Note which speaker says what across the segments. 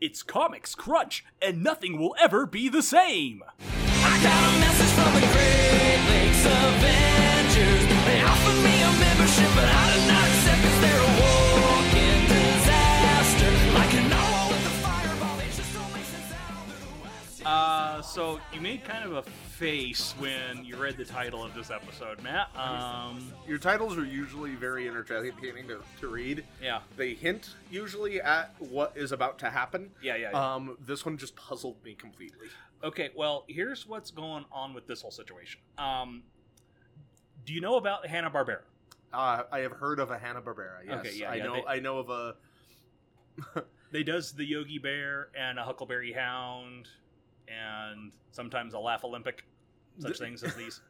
Speaker 1: It's Comics Crunch, and nothing will ever be the same.
Speaker 2: I got a message from the Great Lakes Avengers. They offered me a membership, but I did not accept 'cause they're a walking disaster. Like an owl with a fireball, they just don't make sense out of the west.
Speaker 1: Uh, so you made kind of a face when you read the title of this episode, Matt. Um,
Speaker 3: Your titles are usually very entertaining to, to read.
Speaker 1: yeah.
Speaker 3: They hint usually at what is about to happen.
Speaker 1: Yeah, yeah, yeah.
Speaker 3: Um, this one just puzzled me completely.
Speaker 1: uh, Okay, well, here's what's going on with this whole situation. Um, do you know about Hanna Barbera?
Speaker 3: Uh, I have heard of a Hanna Barbera. Yes,
Speaker 1: Okay, yeah,
Speaker 3: I
Speaker 1: yeah,
Speaker 3: know.
Speaker 1: they-
Speaker 3: I know of a.
Speaker 1: They does the Yogi Bear and a Huckleberry Hound, and sometimes a Laugh Olympic, such things as these.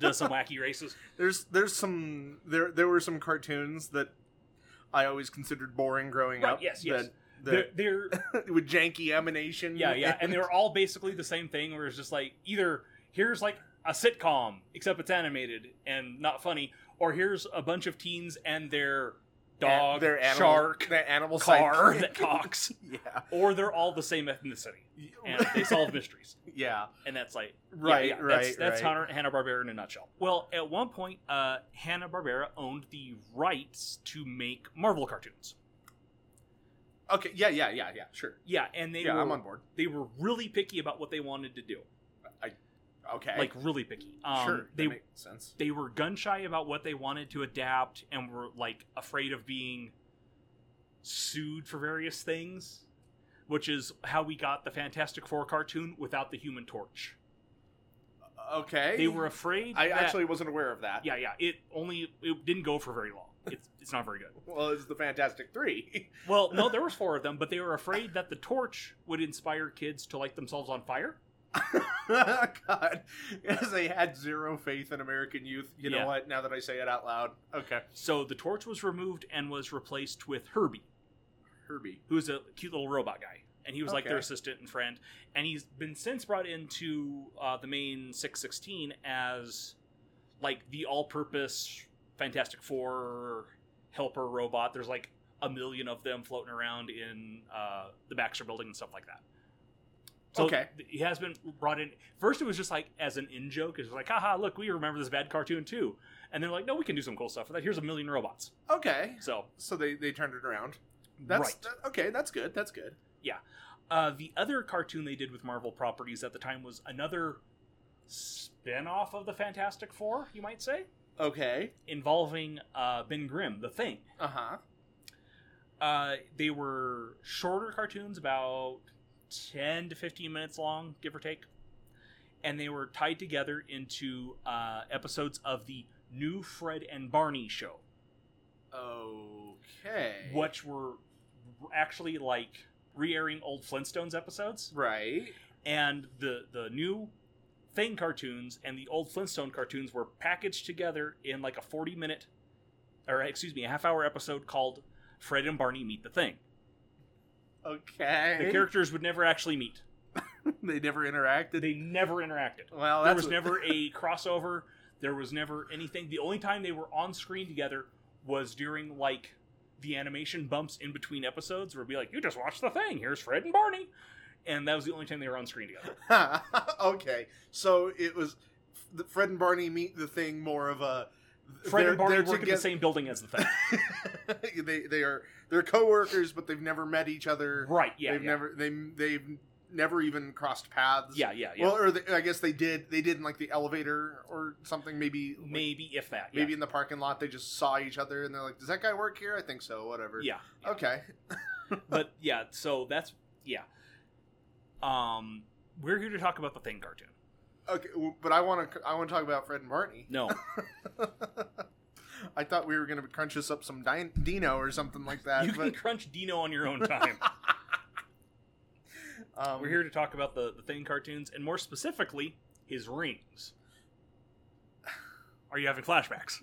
Speaker 1: Does some wacky races.
Speaker 3: There's there's some there there were some cartoons that I always considered boring growing
Speaker 1: Right,
Speaker 3: up.
Speaker 1: yes, yes. They're,
Speaker 3: That,
Speaker 1: they're
Speaker 3: that with janky emanation.
Speaker 1: yeah, yeah, and they're all basically the same thing. Where it's just like either here's like a sitcom except it's animated and not funny, or here's a bunch of teens and their dog,
Speaker 3: their animal,
Speaker 1: shark,
Speaker 3: their animal
Speaker 1: car
Speaker 3: sidekick.
Speaker 1: that talks,
Speaker 3: yeah.
Speaker 1: or they're all the same ethnicity and they solve mysteries.
Speaker 3: yeah.
Speaker 1: and that's like yeah,
Speaker 3: Right,
Speaker 1: yeah,
Speaker 3: right,
Speaker 1: That's, that's
Speaker 3: right.
Speaker 1: Hanna Barbera in a nutshell. Well, at one point, uh, Hanna Barbera owned the rights to make Marvel cartoons.
Speaker 3: Okay. Yeah. Yeah. Yeah. Yeah. Sure.
Speaker 1: Yeah, and they
Speaker 3: yeah,
Speaker 1: were
Speaker 3: I'm on board.
Speaker 1: they were really picky about what they wanted to do,
Speaker 3: Okay.
Speaker 1: like really picky. Um,
Speaker 3: sure.
Speaker 1: they
Speaker 3: that makes sense.
Speaker 1: they were gun shy about what they wanted to adapt and were like afraid of being sued for various things, which is how we got the Fantastic Four cartoon without the Human Torch.
Speaker 3: Okay.
Speaker 1: They were afraid.
Speaker 3: I
Speaker 1: that-
Speaker 3: actually wasn't aware of that.
Speaker 1: yeah, yeah. It only it didn't go for very long. It's it's not very good.
Speaker 3: Well, it's the Fantastic Three.
Speaker 1: Well, no, there was four of them, but they were afraid that the torch would inspire kids to light themselves on fire.
Speaker 3: God, as they had zero faith in American youth. You know
Speaker 1: Yeah.
Speaker 3: what? Now that I say it out loud, okay.
Speaker 1: So the torch was removed and was replaced with Herbie,
Speaker 3: Herbie.
Speaker 1: who was a cute little robot guy, and he was like their
Speaker 3: Okay.
Speaker 1: assistant and friend. And he's been since brought into uh, the main six sixteen as like the all-purpose Fantastic Four helper robot. There's like a million of them floating around in uh, the Baxter Building and stuff like that. So
Speaker 3: Okay.
Speaker 1: th- he has been brought in. First, it was just like as an in joke. It was like, haha, look, we remember this bad cartoon too. And they're like, no, we can do some cool stuff with that. Here's a million robots.
Speaker 3: Okay.
Speaker 1: So,
Speaker 3: So they they turned it around. That's
Speaker 1: right.
Speaker 3: that- okay. That's good. That's good.
Speaker 1: Uh, the other cartoon they did with Marvel properties at the time was another spin off of the Fantastic Four, you might say,
Speaker 3: Okay.
Speaker 1: involving uh, Ben Grimm, the thing.
Speaker 3: Uh huh.
Speaker 1: Uh, they were shorter cartoons, about 10 to 15 minutes long, give or take. And they were tied together into uh, episodes of the new Fred and Barney show,
Speaker 3: Okay.
Speaker 1: which were actually like re airing old Flintstones episodes.
Speaker 3: Right.
Speaker 1: and the the new thing cartoons and the old flintstone cartoons were packaged together in like a 40 minute or excuse me a half hour episode called fred and barney meet the thing
Speaker 3: Okay.
Speaker 1: the characters would never actually meet
Speaker 3: they never interacted.
Speaker 1: they never interacted
Speaker 3: well,
Speaker 1: there
Speaker 3: that
Speaker 1: was never a crossover there was never anything the only time they were on screen together was during like the animation bumps in between episodes where it'd be like you just watched the thing here's fred and barney and that was the only time they were on screen together
Speaker 3: okay. So it was the Fred and Barney meet the thing more of a
Speaker 1: fred and barney
Speaker 3: they're
Speaker 1: work in the
Speaker 3: together-
Speaker 1: same building as the thing
Speaker 3: they they are they're coworkers, but they've never met each other.
Speaker 1: Right. Yeah.
Speaker 3: they've
Speaker 1: yeah.
Speaker 3: never they they've never even crossed paths.
Speaker 1: Yeah. Yeah. yeah.
Speaker 3: Well, or they, I guess they did. They did in like the elevator or something. Maybe like,
Speaker 1: maybe if that. Yeah.
Speaker 3: maybe in the parking lot they just saw each other and they're like, "Does that guy work here?" I think so. Whatever.
Speaker 1: Yeah.
Speaker 3: Okay.
Speaker 1: But yeah. So that's yeah. Um, we're here to talk about the thing cartoon.
Speaker 3: Okay. well, But I want to I want to talk about Fred and Barney.
Speaker 1: No.
Speaker 3: I thought we were gonna crunch us up some din- Dino or something like that.
Speaker 1: you can
Speaker 3: but
Speaker 1: crunch Dino on your own time.
Speaker 3: um,
Speaker 1: we're here to talk about the the thing cartoons and more specifically his rings. Are you having flashbacks?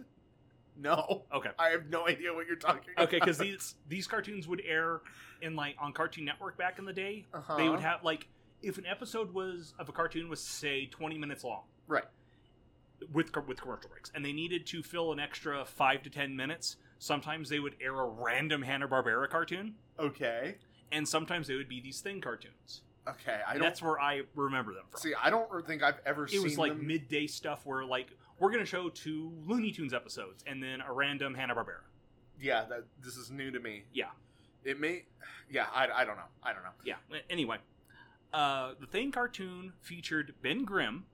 Speaker 3: No,
Speaker 1: Okay.
Speaker 3: I have no idea what you're talking.
Speaker 1: Okay, because these these cartoons would air in like on Cartoon Network back in the day.
Speaker 3: Uh-huh.
Speaker 1: They would have like if an episode was of a cartoon was say twenty minutes long,
Speaker 3: Right.
Speaker 1: With co- with commercial breaks, and they needed to fill an extra five to ten minutes. Sometimes they would air a random Hanna Barbera cartoon,
Speaker 3: Okay.
Speaker 1: and sometimes they would be these thing cartoons.
Speaker 3: Okay, I
Speaker 1: And
Speaker 3: don't
Speaker 1: that's where I remember them from.
Speaker 3: see. I don't think I've ever seen
Speaker 1: it was like
Speaker 3: them.
Speaker 1: midday stuff where like we're gonna show two Looney Tunes episodes and then a random Hanna Barbera.
Speaker 3: yeah, that this is new to me.
Speaker 1: Yeah.
Speaker 3: it may. Yeah, I, I don't know. I don't know.
Speaker 1: Yeah. a- Anyway, uh, the Thane cartoon featured Ben Grimm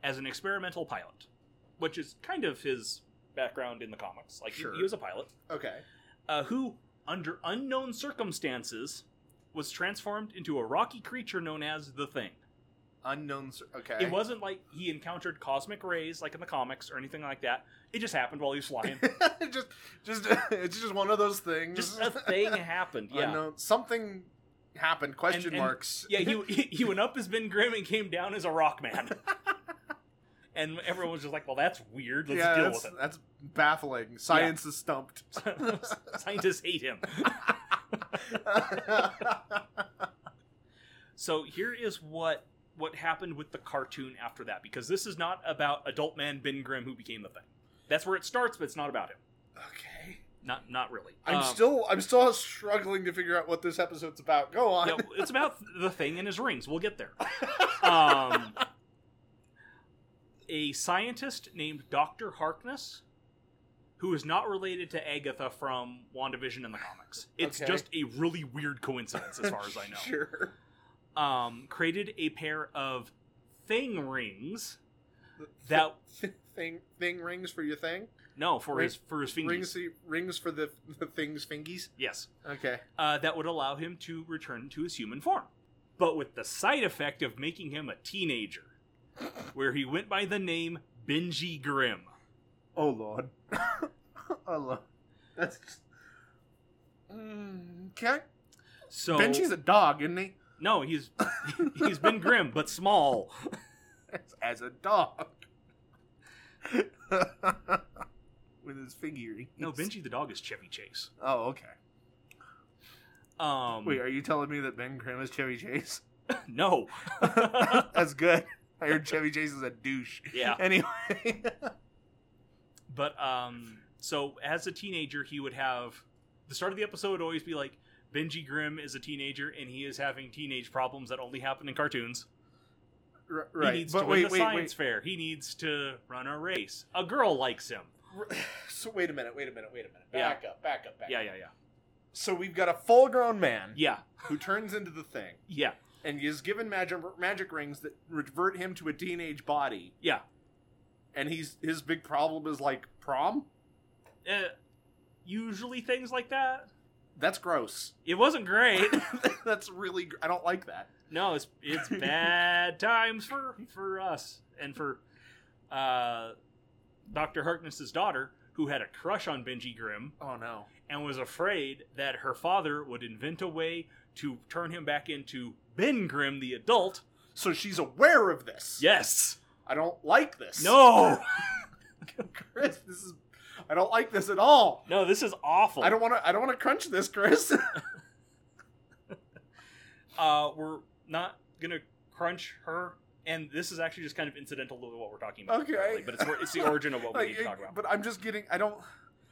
Speaker 1: as an experimental pilot, which is kind of his background in the comics. Like he-
Speaker 3: Sure.
Speaker 1: he was a pilot
Speaker 3: Okay,
Speaker 1: uh, who, under unknown circumstances, was transformed into a rocky creature known as the Thing.
Speaker 3: unknown. cir- Okay,
Speaker 1: It wasn't like he encountered cosmic rays like in the comics or anything like that. It just happened while he was flying.
Speaker 3: just, just it's just one of those things.
Speaker 1: just a thing happened. Yeah.
Speaker 3: Unknown. Something happened. Question
Speaker 1: and-
Speaker 3: marks.
Speaker 1: Yeah, he, he went up as Ben Grimm and came down as a rock man. and everyone was just like, well, that's weird. Let's
Speaker 3: Yeah,
Speaker 1: deal
Speaker 3: that's,
Speaker 1: with it.
Speaker 3: that's baffling. Science is stumped.
Speaker 1: Scientists hate him. So here is what what happened with the cartoon after that, because this is not about adult man Ben Grimm who became the thing. That's where it starts, but it's not about him.
Speaker 3: okay.
Speaker 1: Not not really.
Speaker 3: I'm
Speaker 1: Um,
Speaker 3: still I'm still struggling to figure out what this episode's about. Go on.
Speaker 1: yeah, it's about the thing and his rings. We'll get there. Um, a scientist named Dr. Harkness, who is not related to Agatha from WandaVision in the comics. It's
Speaker 3: Okay.
Speaker 1: just a really weird coincidence, as far as I know.
Speaker 3: Sure.
Speaker 1: Um, created a pair of thing rings that
Speaker 3: thing thing rings for your thing.
Speaker 1: no for
Speaker 3: Ring-
Speaker 1: his for his fingers.
Speaker 3: Rings rings for the, the things fingies.
Speaker 1: Yes,
Speaker 3: Okay.
Speaker 1: uh, that would allow him to return to his human form, but with the side effect of making him a teenager, where he went by the name Benji Grimm.
Speaker 3: Oh lord. oh lord. That's Mm, okay.
Speaker 1: So
Speaker 3: Benji's a dog, isn't he?
Speaker 1: no, he's he's Ben Grimm, but small.
Speaker 3: As a dog. With his figurines.
Speaker 1: No, Benji the dog is Chevy Chase.
Speaker 3: Oh, okay.
Speaker 1: Um,
Speaker 3: Wait, are you telling me that Ben Grimm is Chevy Chase?
Speaker 1: no,
Speaker 3: That's good. I heard Chevy Chase is a douche.
Speaker 1: Yeah.
Speaker 3: Anyway.
Speaker 1: but um, so as a teenager, he would have the start of the episode would always be like. Benji Grimm is a teenager, and he is having teenage problems that only happen in cartoons.
Speaker 3: R-
Speaker 1: He
Speaker 3: right.
Speaker 1: needs
Speaker 3: but
Speaker 1: to win
Speaker 3: wait,
Speaker 1: the
Speaker 3: wait,
Speaker 1: science
Speaker 3: wait.
Speaker 1: fair. He needs to run a race. A girl likes him.
Speaker 3: R- So wait a minute, wait a minute, wait a minute.
Speaker 1: Yeah.
Speaker 3: Back up, back up, back
Speaker 1: Yeah,
Speaker 3: up.
Speaker 1: yeah, yeah.
Speaker 3: So we've got a full grown man
Speaker 1: Yeah,
Speaker 3: who turns into the thing
Speaker 1: yeah,
Speaker 3: and is given magic magic rings that revert him to a teenage body.
Speaker 1: yeah.
Speaker 3: And he's his big problem is like prom?
Speaker 1: Uh, usually things like that.
Speaker 3: That's gross.
Speaker 1: It wasn't great.
Speaker 3: That's really gr- I don't like that.
Speaker 1: No, it's it's bad times for for us and for uh, Doctor Harkness's daughter, who had a crush on Benji Grimm
Speaker 3: Oh no.
Speaker 1: and was afraid that her father would invent a way to turn him back into Ben Grimm, the adult.
Speaker 3: So she's aware of this.
Speaker 1: Yes.
Speaker 3: I don't like this.
Speaker 1: No.
Speaker 3: Chris, this is I don't like this at all.
Speaker 1: No, this is awful.
Speaker 3: I don't want to I don't want to crunch this, Chris.
Speaker 1: Uh, we're not gonna crunch her. And this is actually just kind of incidental to what we're talking about.
Speaker 3: Okay.
Speaker 1: currently, but it's where- it's the origin of what we
Speaker 3: Like,
Speaker 1: need to talk about.
Speaker 3: But I'm just getting I don't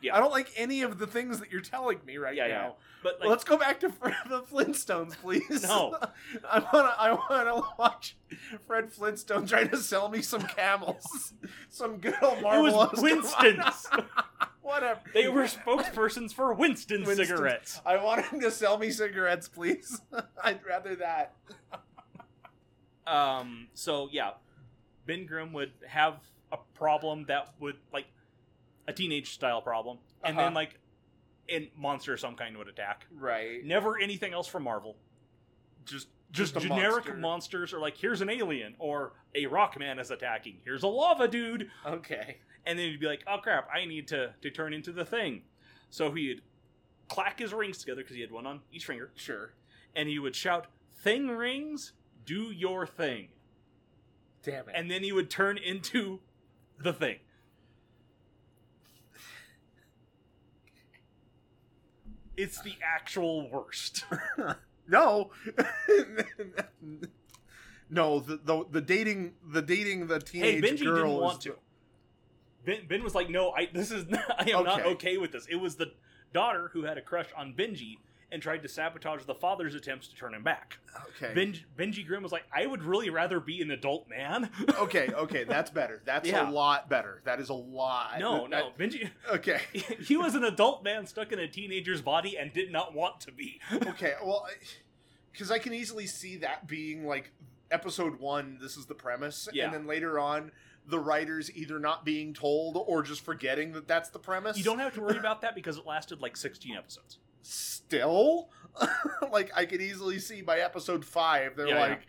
Speaker 1: Yeah.
Speaker 3: I don't like any of the things that you're telling me right
Speaker 1: Yeah, yeah.
Speaker 3: now.
Speaker 1: But like,
Speaker 3: Let's go back to Fred, the Flintstones, please.
Speaker 1: No.
Speaker 3: I wanna I wanna watch Fred Flintstone trying to sell me some camels. some good old
Speaker 1: it
Speaker 3: marble.
Speaker 1: was Winston's.
Speaker 3: Whatever.
Speaker 1: they were spokespersons for Winston
Speaker 3: Winston's.
Speaker 1: cigarettes.
Speaker 3: I want him to sell me cigarettes, please. I'd rather that.
Speaker 1: Um. So yeah, Ben Grimm would have a problem that would like a teenage style problem, and
Speaker 3: Uh-huh.
Speaker 1: then like a monster of some kind would attack.
Speaker 3: Right.
Speaker 1: Never anything else from Marvel.
Speaker 3: Just
Speaker 1: just
Speaker 3: a
Speaker 1: generic
Speaker 3: monster.
Speaker 1: monsters are like here's an alien or a rock man is attacking here's a lava dude
Speaker 3: Okay.
Speaker 1: and then he'd be like oh crap i need to, to turn into the thing so he'd clack his rings together because he had one on each finger
Speaker 3: Sure.
Speaker 1: and he would shout thing rings do your thing
Speaker 3: Damn it.
Speaker 1: and then he would turn into the thing it's the actual worst
Speaker 3: no. no, the, the the dating the dating the
Speaker 1: hey
Speaker 3: teenage
Speaker 1: benji
Speaker 3: girl
Speaker 1: didn't
Speaker 3: is
Speaker 1: want
Speaker 3: the-
Speaker 1: to ben, ben was like no i this is i am not
Speaker 3: Okay.
Speaker 1: okay with this it was the daughter who had a crush on benji and tried to sabotage the father's attempts to turn him back.
Speaker 3: Okay.
Speaker 1: Ben- Benji Grimm was like, I would really rather be an adult man.
Speaker 3: okay, okay, that's better. That's
Speaker 1: Yeah.
Speaker 3: a lot better. That is a lot.
Speaker 1: no,
Speaker 3: That-
Speaker 1: no. Benji,
Speaker 3: that- okay.
Speaker 1: he was an adult man stuck in a teenager's body and did not want to be.
Speaker 3: Okay, well, because I can easily see that being like episode one. This is the premise,
Speaker 1: Yeah.
Speaker 3: and then later on, the writers either not being told or just forgetting that that's the premise.
Speaker 1: You don't have to worry about that because it lasted like 16 episodes.
Speaker 3: still like I could easily see by episode five, they're
Speaker 1: Yeah,
Speaker 3: like.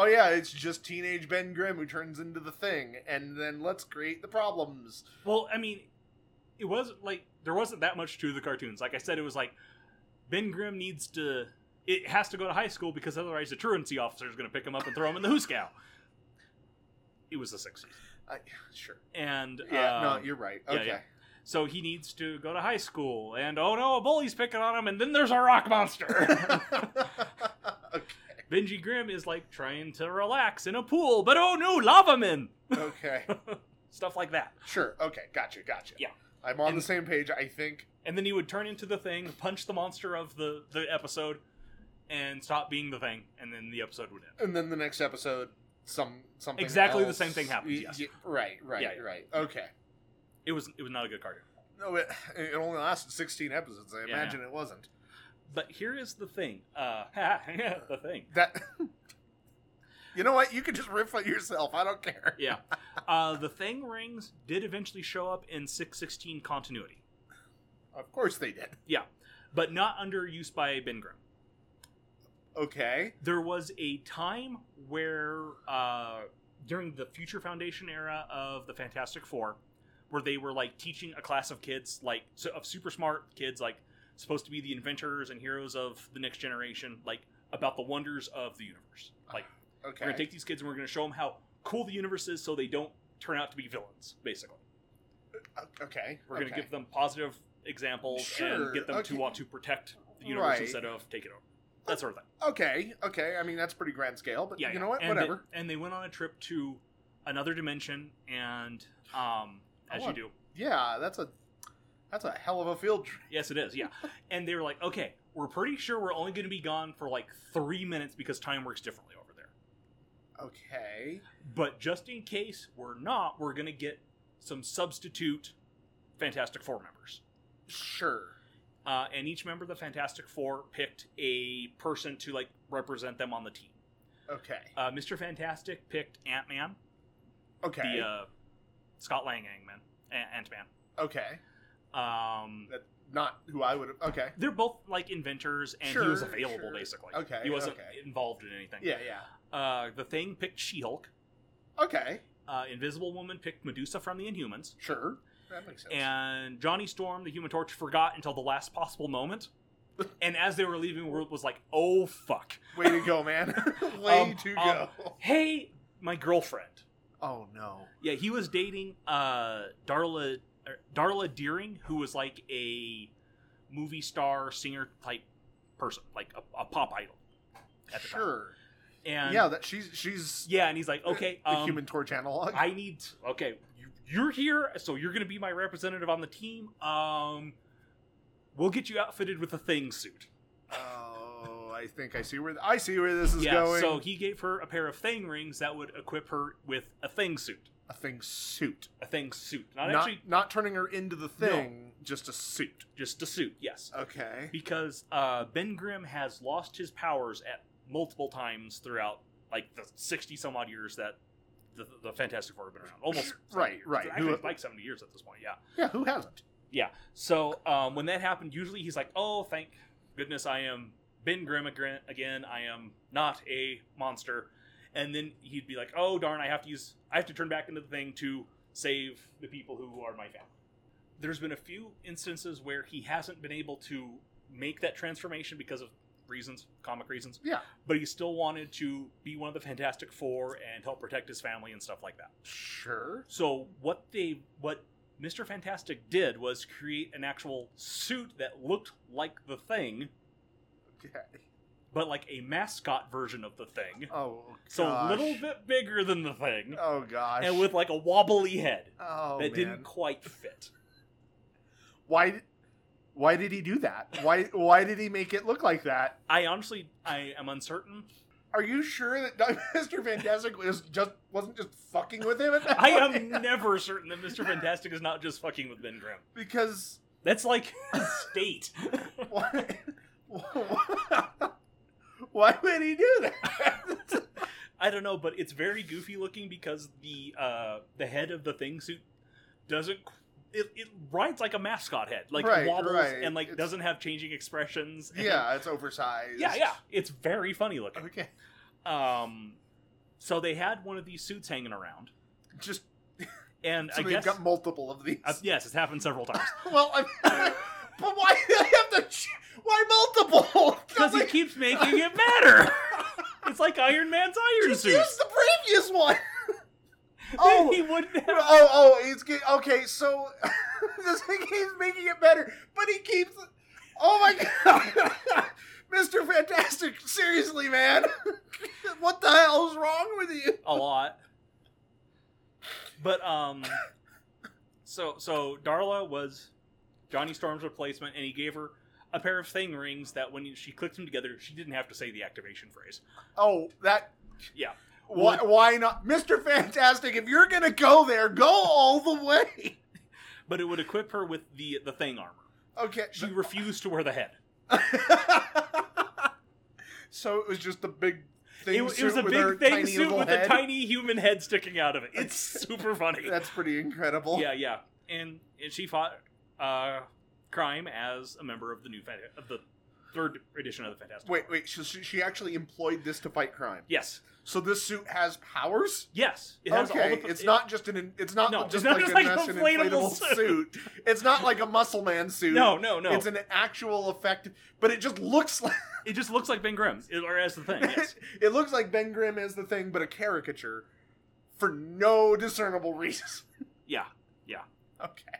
Speaker 3: Oh yeah, it's just teenage Ben Grimm who turns into the thing, and then let's create the problems.
Speaker 1: Well, I mean, it was like there wasn't that much to the cartoons. Like I said, it was like Ben Grimm needs to. It has to go to high school because otherwise the truancy officer is going to pick him up and throw him in the hooscow. It was the sixties,
Speaker 3: I, sure.
Speaker 1: and
Speaker 3: Yeah,
Speaker 1: um,
Speaker 3: no, you're right.
Speaker 1: yeah,
Speaker 3: Okay.
Speaker 1: yeah. so he needs to go to high school, and oh no, a bully's picking on him, and then there's a rock monster.
Speaker 3: okay.
Speaker 1: Benji Grimm is like trying to relax in a pool, but oh no, lava men,
Speaker 3: Okay.
Speaker 1: stuff like that.
Speaker 3: Sure. Okay. Gotcha. Gotcha.
Speaker 1: Yeah.
Speaker 3: I'm on
Speaker 1: And-
Speaker 3: the same page. I think.
Speaker 1: and then he would turn into the thing, punch the monster of the the episode, and stop being the thing, and then the episode would end.
Speaker 3: And then the next episode, some something
Speaker 1: Exactly the
Speaker 3: else.
Speaker 1: same thing happens,
Speaker 3: Y-
Speaker 1: yes.
Speaker 3: y- right. Right.
Speaker 1: Yeah, yeah.
Speaker 3: Right. Okay.
Speaker 1: It was it was not a good cartoon.
Speaker 3: No, it, it only lasted 16 episodes. I
Speaker 1: Yeah,
Speaker 3: imagine it wasn't
Speaker 1: But here is the thing. Uh, the thing.
Speaker 3: that. you know what? You can just riff on yourself. I don't care.
Speaker 1: Yeah, uh, the thing rings did eventually show up in six sixteen continuity.
Speaker 3: Of course they did.
Speaker 1: Yeah, but not under use by Ben Grimm.
Speaker 3: Okay.
Speaker 1: There was a time where uh, during the Future Foundation era of the Fantastic Four, where they were like teaching a class of kids, like so, of super smart kids, like supposed to be the inventors and heroes of the next generation, like about the wonders of the universe. Like
Speaker 3: Okay.
Speaker 1: we're gonna take these kids and we're gonna show them how cool the universe is, so they don't turn out to be villains. Basically,
Speaker 3: O- okay.
Speaker 1: we're
Speaker 3: okay.
Speaker 1: gonna give them positive examples
Speaker 3: Sure,
Speaker 1: and get them to
Speaker 3: okay.
Speaker 1: want to protect the universe
Speaker 3: Right.
Speaker 1: instead of take it over. That sort of thing.
Speaker 3: Okay. Okay. I mean that's pretty grand scale, but
Speaker 1: yeah,
Speaker 3: you
Speaker 1: yeah.
Speaker 3: know what?
Speaker 1: And
Speaker 3: Whatever.
Speaker 1: They, and they went on a trip to another dimension, and um,
Speaker 3: I
Speaker 1: as you
Speaker 3: want-
Speaker 1: do,
Speaker 3: Yeah. That's a. That's a hell of a field trip.
Speaker 1: yes, it is, yeah. and they were like, okay, we're pretty sure we're only going to be gone for like three minutes because time works differently over there.
Speaker 3: Okay.
Speaker 1: But just in case we're not, we're going to get some substitute Fantastic Four members.
Speaker 3: Sure.
Speaker 1: Uh, and each member of the Fantastic Four picked a person to like represent them on the team.
Speaker 3: Okay.
Speaker 1: Uh, Mr. Fantastic picked Ant Man,
Speaker 3: Okay.
Speaker 1: the uh, Scott Lang Ant Man. Ant Man.
Speaker 3: okay.
Speaker 1: Um,
Speaker 3: That not who I would have. Okay.
Speaker 1: they're both like inventors, and he was
Speaker 3: Sure,
Speaker 1: available
Speaker 3: sure.
Speaker 1: basically.
Speaker 3: Okay,
Speaker 1: he wasn't
Speaker 3: okay.
Speaker 1: involved in anything.
Speaker 3: Yeah. Yeah.
Speaker 1: Uh, the Thing picked She-Hulk.
Speaker 3: Okay.
Speaker 1: Uh, Invisible Woman picked Medusa from the Inhumans,
Speaker 3: Sure. That makes sense.
Speaker 1: and Johnny Storm, the Human Torch, forgot until the last possible moment. and as they were leaving, world was like, "Oh fuck!
Speaker 3: Way to go, man. Way
Speaker 1: Um,
Speaker 3: to
Speaker 1: um,
Speaker 3: go.
Speaker 1: Hey, my girlfriend."
Speaker 3: oh no.
Speaker 1: Yeah, he was dating uh, Darla er, Darla Deering, who was like a movie star, singer type person, like a, a pop idol. At the time.
Speaker 3: Sure.
Speaker 1: And
Speaker 3: yeah. That she's she's
Speaker 1: Yeah, and he's like, okay,
Speaker 3: the
Speaker 1: um,
Speaker 3: Human Torch analog.
Speaker 1: I need. Okay, you, you're here, so you're going to be my representative on the team. Um, we'll get you outfitted with a thing suit.
Speaker 3: oh, I think I see where I see where this is
Speaker 1: yeah,
Speaker 3: going.
Speaker 1: so he gave her a pair of thing rings that would equip her with a thing suit.
Speaker 3: a thing suit.
Speaker 1: A thing suit, not,
Speaker 3: Not
Speaker 1: actually
Speaker 3: not turning her into the thing, just a suit.
Speaker 1: just a suit. Yes,
Speaker 3: Okay.
Speaker 1: because uh, Ben Grimm has lost his powers at multiple times throughout like the sixty some odd years that the, the Fantastic Four have been around. Almost
Speaker 3: Right,
Speaker 1: 70 years.
Speaker 3: right.
Speaker 1: Actually,
Speaker 3: Who-
Speaker 1: it's like seventy years at this point. Yeah.
Speaker 3: Yeah. Who hasn't?
Speaker 1: Yeah. So um, when that happened, usually he's like, "Oh, thank goodness I am Ben Grimm agr- again. I am not a monster." And then he'd be like, "Oh darn, I have to use. I have to turn back into the thing to save the people who are my family." There's been a few instances where he hasn't been able to make that transformation because of reasons, comic reasons,
Speaker 3: Yeah.
Speaker 1: but he still wanted to be one of the Fantastic Four and help protect his family and stuff like that.
Speaker 3: Sure.
Speaker 1: So what they what Mr. Fantastic did was create an actual suit that looked like the thing,
Speaker 3: Okay.
Speaker 1: but like a mascot version of the thing.
Speaker 3: Oh.
Speaker 1: So a
Speaker 3: gosh.
Speaker 1: little bit bigger than the thing,
Speaker 3: Oh gosh.
Speaker 1: and with like a wobbly head
Speaker 3: oh
Speaker 1: that
Speaker 3: man.
Speaker 1: didn't quite fit.
Speaker 3: why did- Why did he do that? Why why did he make it look like that?
Speaker 1: I honestly, I am uncertain.
Speaker 3: Are you sure that Doc- Mr. Fantastic was just wasn't just fucking with him at that
Speaker 1: I
Speaker 3: point?
Speaker 1: am never certain that Mr. Fantastic is not just fucking with Ben Grimm.
Speaker 3: because
Speaker 1: That's like his state.
Speaker 3: why, why would he do that?
Speaker 1: I don't know, but it's very goofy looking because the uh, the head of the thing suit doesn't. qu- It, it rides like a mascot head, like
Speaker 3: Right,
Speaker 1: wobbles
Speaker 3: right.
Speaker 1: and like
Speaker 3: It's-
Speaker 1: doesn't have changing expressions. and-
Speaker 3: yeah, it's oversized.
Speaker 1: yeah, yeah. It's very funny looking.
Speaker 3: Okay.
Speaker 1: Um, so they had one of these suits hanging around,
Speaker 3: Just
Speaker 1: and
Speaker 3: so
Speaker 1: I
Speaker 3: they've
Speaker 1: guess
Speaker 3: got multiple of these.
Speaker 1: uh, yes, it's happened several times
Speaker 3: well, I but why do they have to? ch- Why multiple?
Speaker 1: because he
Speaker 3: Like,
Speaker 1: keeps making it better. it's like Iron Man's iron
Speaker 3: just
Speaker 1: suit.
Speaker 3: use the previous one.
Speaker 1: Then
Speaker 3: oh,
Speaker 1: he wouldn't have
Speaker 3: oh, oh, it's get, okay. So this thing keeps making it better, but he keeps. Oh my god, Mister Fantastic! Seriously, man, what the hell is wrong with you?
Speaker 1: a lot. But um, so so Darla was Johnny Storm's replacement, and he gave her a pair of thing rings that when she clicked them together, she didn't have to say the activation phrase.
Speaker 3: Oh, that.
Speaker 1: Yeah.
Speaker 3: Why, why not, Mister Fantastic? If you're gonna go there, go all the way.
Speaker 1: But it would equip her with the the thing armor.
Speaker 3: Okay.
Speaker 1: She refused to wear the head.
Speaker 3: so it was just the big thing
Speaker 1: It, wa- it
Speaker 3: suit
Speaker 1: was a
Speaker 3: with her
Speaker 1: big thing
Speaker 3: tiny
Speaker 1: suit
Speaker 3: little
Speaker 1: with
Speaker 3: head.
Speaker 1: a tiny human head sticking out of it. It's super funny.
Speaker 3: That's pretty incredible.
Speaker 1: Yeah, yeah. And and she fought uh, crime as a member of the new Fanta- of the third edition of the Fantastic.
Speaker 3: Wait, wait. So she, she actually employed this to fight crime.
Speaker 1: Yes.
Speaker 3: So this suit has powers.
Speaker 1: Yes, it has all
Speaker 3: Okay,
Speaker 1: the, p-
Speaker 3: it's
Speaker 1: it-
Speaker 3: not just an. It's not
Speaker 1: No,
Speaker 3: just,
Speaker 1: it's not
Speaker 3: like,
Speaker 1: just
Speaker 3: a
Speaker 1: like
Speaker 3: mess
Speaker 1: an
Speaker 3: and
Speaker 1: inflatable
Speaker 3: inflatable
Speaker 1: suit.
Speaker 3: suit. It's not like a muscle man suit.
Speaker 1: No, no, no.
Speaker 3: It's an actual effect, but it just looks like
Speaker 1: it just looks like Ben Grimm, it- or as the thing. Yes.
Speaker 3: it looks like Ben Grimm is the thing, but a caricature for no discernible reason.
Speaker 1: yeah.
Speaker 3: Okay.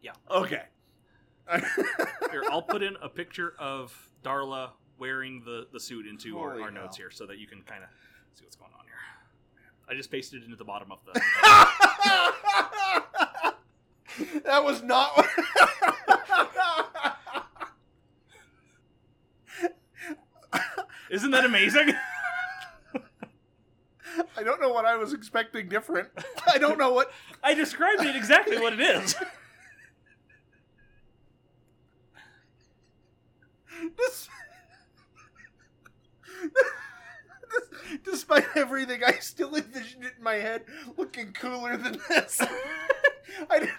Speaker 1: Yeah.
Speaker 3: Okay.
Speaker 1: Here, I'll put in a picture of Darla wearing the, the suit into our,
Speaker 3: Holy
Speaker 1: our
Speaker 3: hell.
Speaker 1: notes here, so that you can kind of see what's going on here. I just pasted it into the bottom of the.
Speaker 3: that was not.
Speaker 1: Isn't that amazing?
Speaker 3: I don't know what I was expecting different. I don't know what.
Speaker 1: I described it exactly what it is.
Speaker 3: This, this, despite everything, I still envisioned it in my head looking cooler than this. I didn't-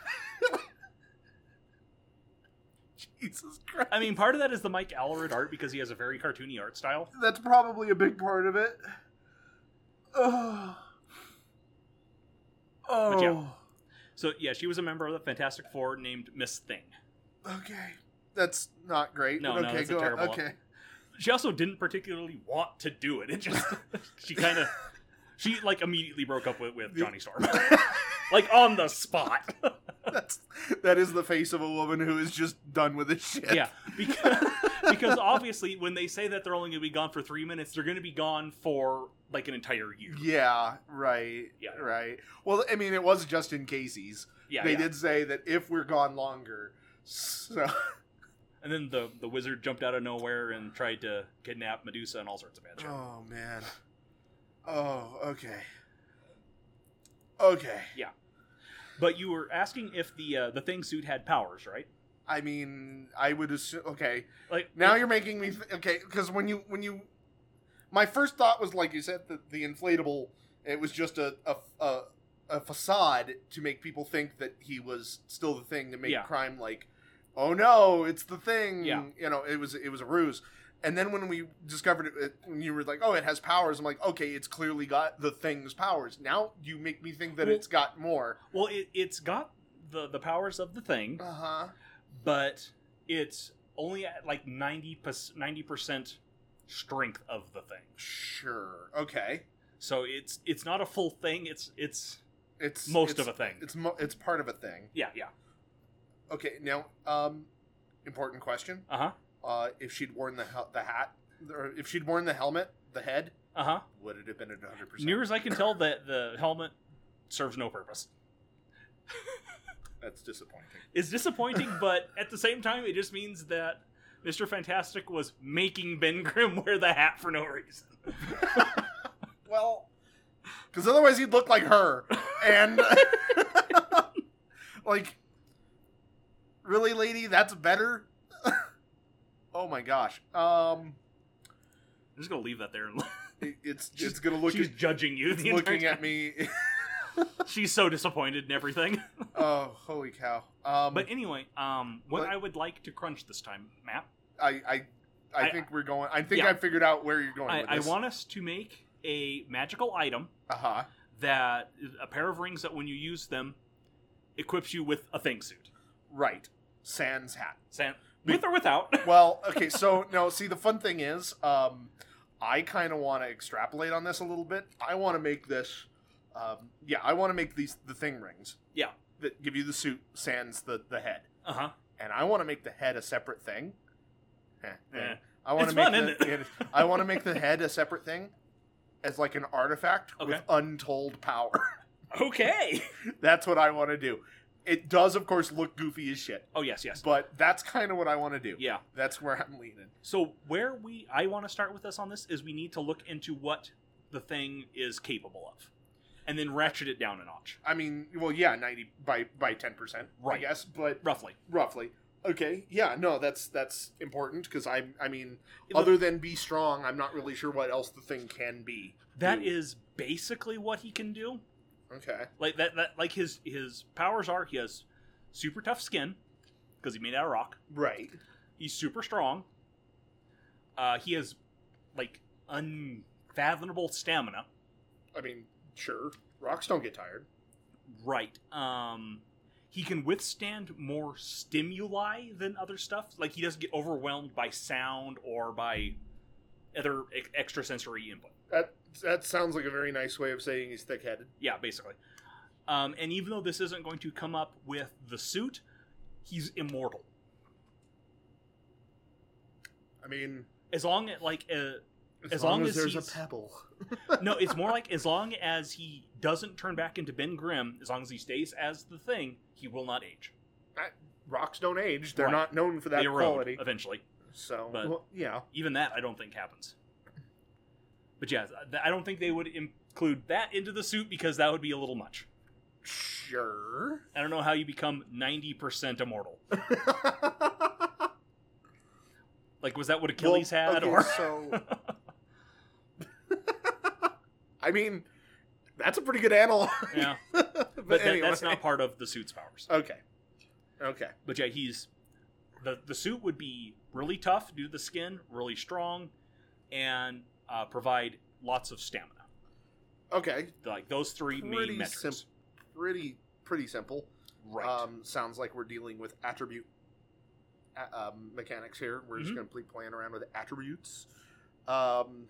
Speaker 3: Jesus Christ.
Speaker 1: I mean, part of that is the Mike Allred art because he has a very cartoony art style.
Speaker 3: That's probably a big part of it. Oh.
Speaker 1: But yeah.
Speaker 3: Oh.
Speaker 1: So yeah, she was a member of the Fantastic Four named Miss Thing.
Speaker 3: Okay. That's not great.
Speaker 1: No,
Speaker 3: but
Speaker 1: no,
Speaker 3: okay,
Speaker 1: that's a
Speaker 3: go on.
Speaker 1: terrible-
Speaker 3: Okay.
Speaker 1: she also didn't particularly want to do it. It just she kind of she like immediately broke up with, with Johnny Storm, like on the spot.
Speaker 3: That's that is the face of a woman who is just done with this shit.
Speaker 1: yeah, because because obviously when they say that they're only going to be gone for three minutes, they're going to be gone for like an entire year.
Speaker 3: Yeah, right.
Speaker 1: Yeah.
Speaker 3: Right. Well, I mean, it was just in Casey's.
Speaker 1: Yeah,
Speaker 3: they
Speaker 1: yeah.
Speaker 3: did say that if we're gone longer, so
Speaker 1: And then the the wizard jumped out of nowhere and tried to kidnap Medusa and all sorts of bad shit.
Speaker 3: Oh man. Oh, okay. Okay.
Speaker 1: But you were asking if the uh, the thing suit had powers, right?
Speaker 3: I mean, I would assume. Okay,
Speaker 1: Like
Speaker 3: now you're making me th- okay because when you when you, my first thought was like you said that the inflatable it was just a a, a a facade to make people think that he was still the thing to make
Speaker 1: Yeah.
Speaker 3: crime like, oh no, it's the thing.
Speaker 1: Yeah.
Speaker 3: you know, it was it was a ruse. And then when we discovered it, it, when you were like, "Oh, it has powers," I'm like, "Okay, it's clearly got the thing's powers." Now you make me think that
Speaker 1: Well-
Speaker 3: it's got more.
Speaker 1: well, it, it's got the the powers of the thing.
Speaker 3: Uh huh.
Speaker 1: but it's only at like 90 percent strength of the thing
Speaker 3: Sure. Okay.
Speaker 1: so it's it's not a full thing it's it's
Speaker 3: It's
Speaker 1: most
Speaker 3: it's-
Speaker 1: of a thing
Speaker 3: It's mo- it's part of a thing.
Speaker 1: yeah yeah
Speaker 3: Okay, now um, important question:
Speaker 1: uh-huh
Speaker 3: uh, if she'd worn the hel- the hat, or if she'd worn the helmet, the head,
Speaker 1: uh-huh
Speaker 3: would it have been at one hundred percent?
Speaker 1: near as i can tell that the helmet serves no purpose
Speaker 3: That's disappointing.
Speaker 1: is disappointing, but at the same time, it just means that Mr. Fantastic was making Ben Grimm wear the hat for no reason.
Speaker 3: Well, because otherwise he'd look like her, and like, really, lady, that's better. oh my gosh, um,
Speaker 1: I'm just gonna leave that there. and
Speaker 3: it- it's it's gonna look
Speaker 1: She's
Speaker 3: at,
Speaker 1: judging you. The entire
Speaker 3: looking
Speaker 1: time.
Speaker 3: at me.
Speaker 1: She's so disappointed in everything.
Speaker 3: oh, holy cow! Um,
Speaker 1: But anyway, um, what
Speaker 3: But-
Speaker 1: I would like to crunch this time, Matt,
Speaker 3: I, I, I
Speaker 1: I-
Speaker 3: think we're going. I think
Speaker 1: Yeah.
Speaker 3: I figured out where you're going.
Speaker 1: I,
Speaker 3: with
Speaker 1: I
Speaker 3: this.
Speaker 1: want us to make a magical item
Speaker 3: Uh huh.
Speaker 1: that a pair of rings that when you use them equips you with a thing suit.
Speaker 3: Right. Sans hat.
Speaker 1: San-
Speaker 3: Be-
Speaker 1: with or without.
Speaker 3: Well, okay, so no, see the fun thing is, um, I kind of want to extrapolate on this a little bit. I want to make this, um, yeah, I want to make these the thing rings.
Speaker 1: Yeah.
Speaker 3: That give you the suit, sans the the head,
Speaker 1: Uh huh.
Speaker 3: and I want to make the head a separate thing. Eh, thing.
Speaker 1: Yeah.
Speaker 3: I want
Speaker 1: It's
Speaker 3: to make
Speaker 1: fun,
Speaker 3: the,
Speaker 1: isn't it?
Speaker 3: yeah, I want to make the head a separate thing, as like an artifact with
Speaker 1: Okay.
Speaker 3: untold power.
Speaker 1: Okay.
Speaker 3: that's what I want to do. It does, of course, look goofy as shit,
Speaker 1: Oh yes, yes.
Speaker 3: but that's kind of what I want to do.
Speaker 1: Yeah.
Speaker 3: That's where I'm leaning.
Speaker 1: So where we I want to start with us on this is we need to look into what the thing is capable of, and then ratchet it down a notch,
Speaker 3: I mean, well, yeah, ninety by by ten percent, I
Speaker 1: Right.
Speaker 3: guess, but
Speaker 1: roughly.
Speaker 3: roughly. Okay, yeah, no, that's that's important because I, I mean,
Speaker 1: It-
Speaker 3: other than be strong, I'm not really sure what else the thing can be.
Speaker 1: That
Speaker 3: Ooh.
Speaker 1: is basically what he can do.
Speaker 3: Okay,
Speaker 1: Like that. That like his his powers are he has super tough skin because he made out of rock.
Speaker 3: right,
Speaker 1: He's super strong. Uh, he has like unfathomable stamina.
Speaker 3: I mean, sure, rocks don't get tired.
Speaker 1: Right. Um, he can withstand more stimuli than other stuff. Like he doesn't get overwhelmed by sound or by other e- extrasensory input.
Speaker 3: That that sounds like a very nice way of saying he's thick-headed.
Speaker 1: Yeah, basically. Um, and even though this isn't going to come up with the suit, he's immortal.
Speaker 3: I mean,
Speaker 1: As long as like uh,
Speaker 3: as,
Speaker 1: As
Speaker 3: long,
Speaker 1: long
Speaker 3: as,
Speaker 1: as
Speaker 3: there's
Speaker 1: he's-
Speaker 3: a pebble.
Speaker 1: no, it's more like as long as he doesn't turn back into Ben Grimm, as long as he stays as the thing, he will not age.
Speaker 3: Rocks don't age; they're
Speaker 1: Right.
Speaker 3: not known for that
Speaker 1: they erode
Speaker 3: quality.
Speaker 1: eventually.
Speaker 3: So,
Speaker 1: but-
Speaker 3: well, yeah,
Speaker 1: even that I don't think happens. But yeah, th- I don't think they would include that into the suit because that would be a little much.
Speaker 3: sure.
Speaker 1: I don't know how you become 90% immortal. Like, was that what Achilles
Speaker 3: Well,
Speaker 1: had?
Speaker 3: okay,
Speaker 1: Or
Speaker 3: so I mean, that's a pretty good analog.
Speaker 1: yeah,
Speaker 3: but
Speaker 1: but that-
Speaker 3: anyway.
Speaker 1: that's not part of the suit's powers.
Speaker 3: okay. Okay.
Speaker 1: But yeah, he's the the suit would be really tough due to the skin, really strong, and uh, provide lots of stamina.
Speaker 3: Okay.
Speaker 1: Like those three
Speaker 3: Pretty
Speaker 1: main metrics.
Speaker 3: simple. Pretty pretty simple.
Speaker 1: Right.
Speaker 3: Um, sounds like we're dealing with attribute a- um, mechanics here. We're just
Speaker 1: Mhm.
Speaker 3: going to be playing around with attributes. Um,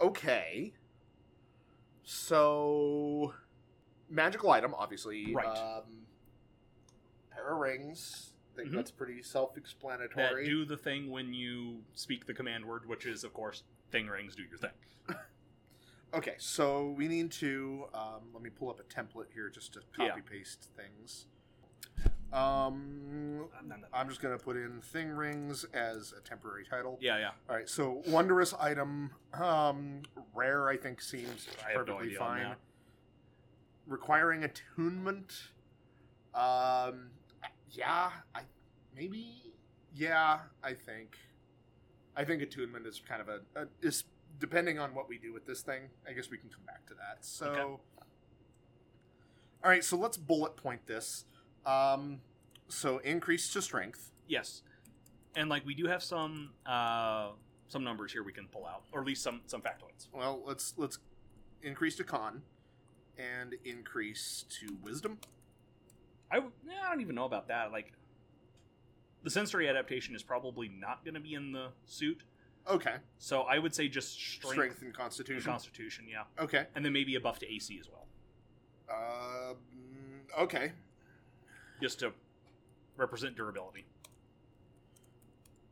Speaker 3: okay. So, magical item, obviously.
Speaker 1: Right.
Speaker 3: Um, pair of rings. I think
Speaker 1: Mhm.
Speaker 3: that's pretty
Speaker 1: that
Speaker 3: self-explanatory.
Speaker 1: do the thing when you speak the command word, which is, of course, thing rings, do your thing.
Speaker 3: Okay, so we need to um, let me pull up a template here just to copy
Speaker 1: Yeah.
Speaker 3: paste things. Um, I'm just gonna put in thing rings as a temporary title.
Speaker 1: Yeah, yeah.
Speaker 3: All right. So wondrous item, um, rare. I think seems
Speaker 1: I have no
Speaker 3: perfectly
Speaker 1: idea on
Speaker 3: fine.
Speaker 1: that.
Speaker 3: Requiring attunement. Um, yeah. I maybe. Yeah, I think. I think attunement is kind of a, a is depending on what we do with this thing. I guess we can come back to that. So.
Speaker 1: Okay.
Speaker 3: All right. So let's bullet point this. Um, so increase to strength.
Speaker 1: Yes, and like we do have some uh, some numbers here we can pull out, or at least some some factoids.
Speaker 3: Well, let's let's increase to con and increase to wisdom.
Speaker 1: I w- yeah, I don't even know about that. Like the sensory adaptation is probably not going to be in the suit,
Speaker 3: Okay.
Speaker 1: so I would say just strength,
Speaker 3: Strength, and
Speaker 1: and
Speaker 3: constitution.
Speaker 1: constitution. Yeah,
Speaker 3: okay.
Speaker 1: and then maybe a buff to AC as well,
Speaker 3: Um, okay.
Speaker 1: just to represent durability.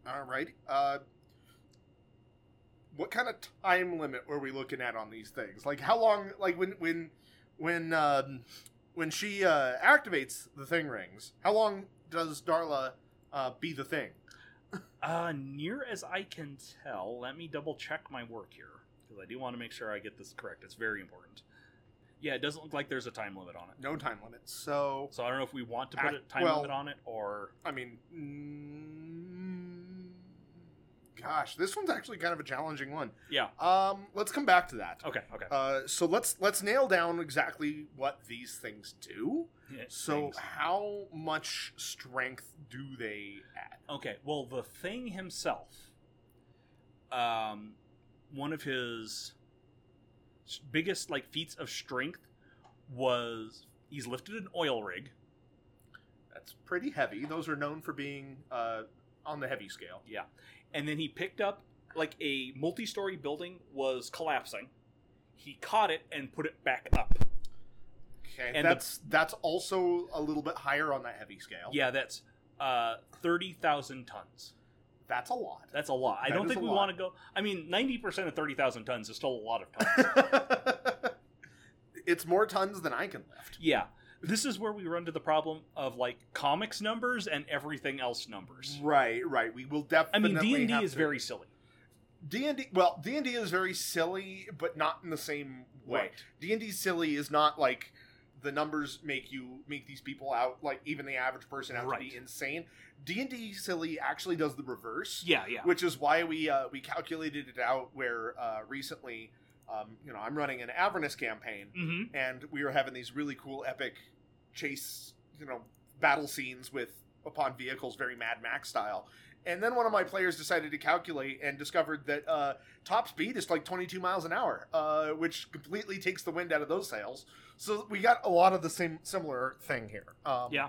Speaker 3: All right. Uh what kind of time limit were we looking at on these things? Like how long like when when when um when she uh, activates the thing rings, how long does Darla uh, be the thing?
Speaker 1: Uh, near as I can tell, let me double check my work here because I do want to make sure I get this correct. It's very important. Yeah, it doesn't look like there's a time limit on it.
Speaker 3: No time limit. So
Speaker 1: So I don't know if we want to put a
Speaker 3: Act-
Speaker 1: time
Speaker 3: well-
Speaker 1: limit on it or
Speaker 3: I mean, mm, gosh, this one's actually kind of a challenging one.
Speaker 1: yeah.
Speaker 3: Um, let's come back to that.
Speaker 1: Okay, okay.
Speaker 3: Uh, so let's let's nail down exactly what these things do.
Speaker 1: Yeah,
Speaker 3: So
Speaker 1: thanks.
Speaker 3: how much strength do they add?
Speaker 1: Okay, well, the thing himself, um, one of his s- biggest like feats of strength was he's lifted an oil rig.
Speaker 3: That's pretty heavy. Those are known for being uh, on the heavy scale.
Speaker 1: Yeah. And then he picked up like a multi-story building was collapsing. He caught it and put it back up.
Speaker 3: Okay,
Speaker 1: And the-
Speaker 3: that's that's also a little bit higher on that heavy scale.
Speaker 1: Yeah, that's uh 30,000 tons.
Speaker 3: that's a lot.
Speaker 1: That's a lot. I
Speaker 3: That
Speaker 1: don't
Speaker 3: is
Speaker 1: think
Speaker 3: a
Speaker 1: we
Speaker 3: lot.
Speaker 1: want to go I mean 90% of 30,000 tons is still a lot of tons.
Speaker 3: it's more tons than I can lift.
Speaker 1: yeah. This is where we run to the problem of like comics numbers and everything else numbers.
Speaker 3: Right, right. We will
Speaker 1: I
Speaker 3: definitely.
Speaker 1: mean D&D
Speaker 3: have
Speaker 1: is
Speaker 3: to-
Speaker 1: very silly.
Speaker 3: D and D. Well, D and D is very silly, but not in the same way.
Speaker 1: Right.
Speaker 3: D and D silly is not like the numbers make you make these people out like even the average person out to
Speaker 1: Right.
Speaker 3: be insane. D and D silly actually does the reverse,
Speaker 1: Yeah, yeah.
Speaker 3: which is why we uh, we calculated it out. Where uh, recently, um, you know, I'm running an Avernus campaign,
Speaker 1: Mhm.
Speaker 3: and we were having these really cool epic chase, you know, battle scenes with upon vehicles, very Mad Max style. And then one of my players decided to calculate and discovered that uh, top speed is like 22 miles an hour, uh, which completely takes the wind out of those sails. So we got a lot of the same similar thing here. Um,
Speaker 1: Yeah.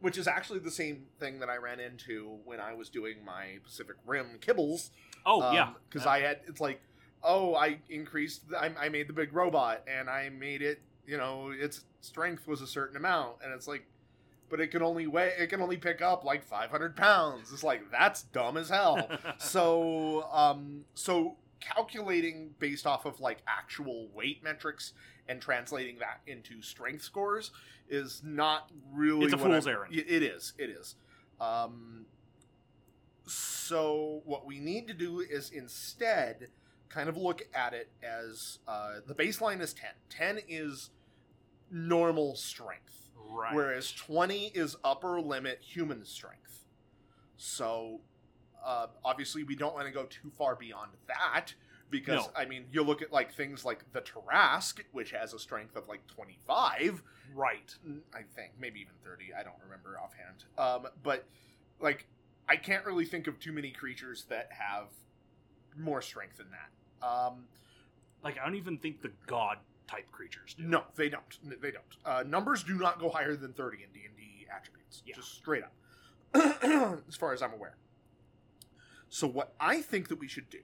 Speaker 3: Which is actually the same thing that I ran into when I was doing my Pacific Rim kibbles
Speaker 1: Oh, yeah.
Speaker 3: because Um, I had it's like, oh, I increased. The, I, I made the big robot, and I made it. You know, its strength was a certain amount, and it's like, but it can only weigh. It can only pick up like 500 pounds. It's like that's dumb as hell. so, um, so calculating based off of like actual weight metrics and translating that into strength scores is not really
Speaker 1: It's a
Speaker 3: what
Speaker 1: fool's
Speaker 3: I'm-
Speaker 1: errand.
Speaker 3: Y- It is. It is. Um, so what we need to do is instead kind of look at it as uh, the baseline is 10. 10 is normal strength,
Speaker 1: right.
Speaker 3: whereas 20 is upper limit human strength. So uh, obviously we don't want to go too far beyond that because
Speaker 1: No.
Speaker 3: I mean you look at like things like the Tarask, which has a strength of like 25,
Speaker 1: right.
Speaker 3: Mm, I think maybe even 30. I don't remember offhand. Um, but like I can't really think of too many creatures that have more strength than that. Um,
Speaker 1: Like I don't even think the god type creatures do.
Speaker 3: no, they don't. N- They don't. Uh, numbers do not go higher than 30 in D&D attributes.
Speaker 1: Yeah.
Speaker 3: Just straight up. as far as I'm aware. So what I think that we should do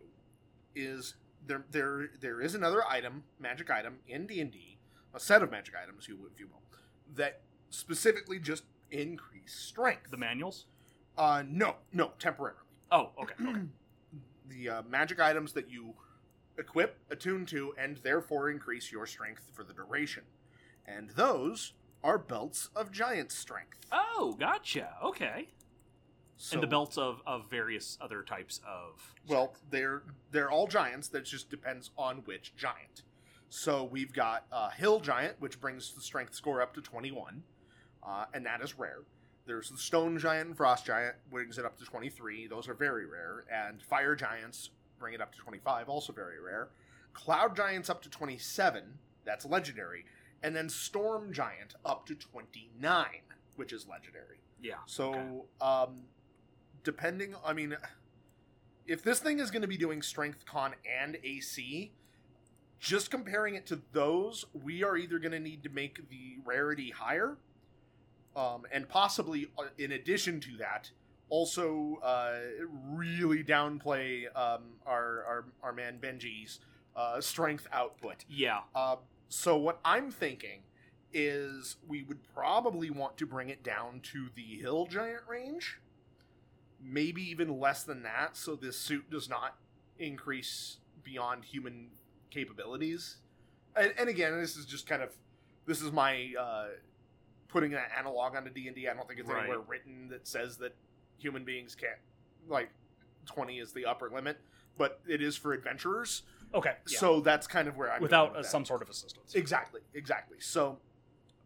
Speaker 3: is there there there is another item, magic item in D&D, a set of magic items you if you will, that specifically just increase strength.
Speaker 1: The manuals?
Speaker 3: Uh, no, no, temporarily.
Speaker 1: Oh, okay. okay.
Speaker 3: The uh, magic items that you equip, attune to, and therefore increase your strength for the duration. And those are belts of giant strength.
Speaker 1: Oh, gotcha. Okay.
Speaker 3: So-
Speaker 1: and the belts of, of various other types of.
Speaker 3: Well, they're they're all giants. That just depends on which giant. So we've got uh, hill giant, which brings the strength score up to twenty one, uh, and that is rare. There's the stone giant and frost giant, brings it up to twenty three. Those are very rare, and fire giants bring it up to twenty five, also very rare. Cloud giants up to twenty seven. That's legendary, and then storm giant up to twenty nine, which is legendary.
Speaker 1: yeah.
Speaker 3: So,
Speaker 1: Okay.
Speaker 3: um, depending, I mean, if this thing is going to be doing strength, con, and AC, just comparing it to those, we are either going to need to make the rarity higher, um, and possibly, uh, in addition to that, also uh, really downplay um, our, our our man Benji's uh, strength output.
Speaker 1: Yeah.
Speaker 3: Uh, so what I'm thinking is we would probably want to bring it down to the hill giant range, maybe even less than that, so this suit does not increase beyond human capabilities. And, and again, this is just kind of this is my uh, putting an analog onto D and D. I don't think it's
Speaker 1: Right.
Speaker 3: anywhere written that says that human beings can't like twenty is the upper limit, but it is for adventurers.
Speaker 1: Okay. yeah.
Speaker 3: So that's kind of where I'm going
Speaker 1: without
Speaker 3: with
Speaker 1: uh,
Speaker 3: that.
Speaker 1: some sort of assistance.
Speaker 3: Exactly, exactly. So,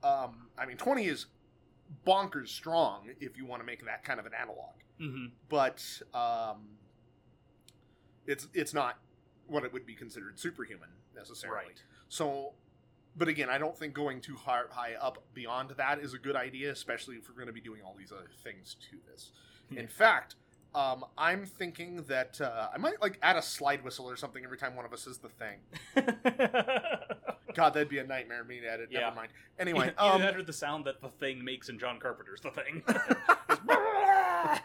Speaker 3: um, I mean, twenty is bonkers strong if you want to make that kind of an analog,
Speaker 1: Mm-hmm.
Speaker 3: but um, it's it's not what it would be considered superhuman necessarily.
Speaker 1: Right.
Speaker 3: So, but again, I don't think going too high, high up beyond that is a good idea, especially if we're going to be doing all these other things to this.
Speaker 1: Yeah.
Speaker 3: In fact. Um, I'm thinking that uh, I might like add a slide whistle or something every time one of us says the thing. God, that'd be a nightmare. Me to edit.
Speaker 1: Yeah.
Speaker 3: Never mind. Anyway,
Speaker 1: Either
Speaker 3: um,
Speaker 1: that or the sound that the thing makes in John Carpenter's The Thing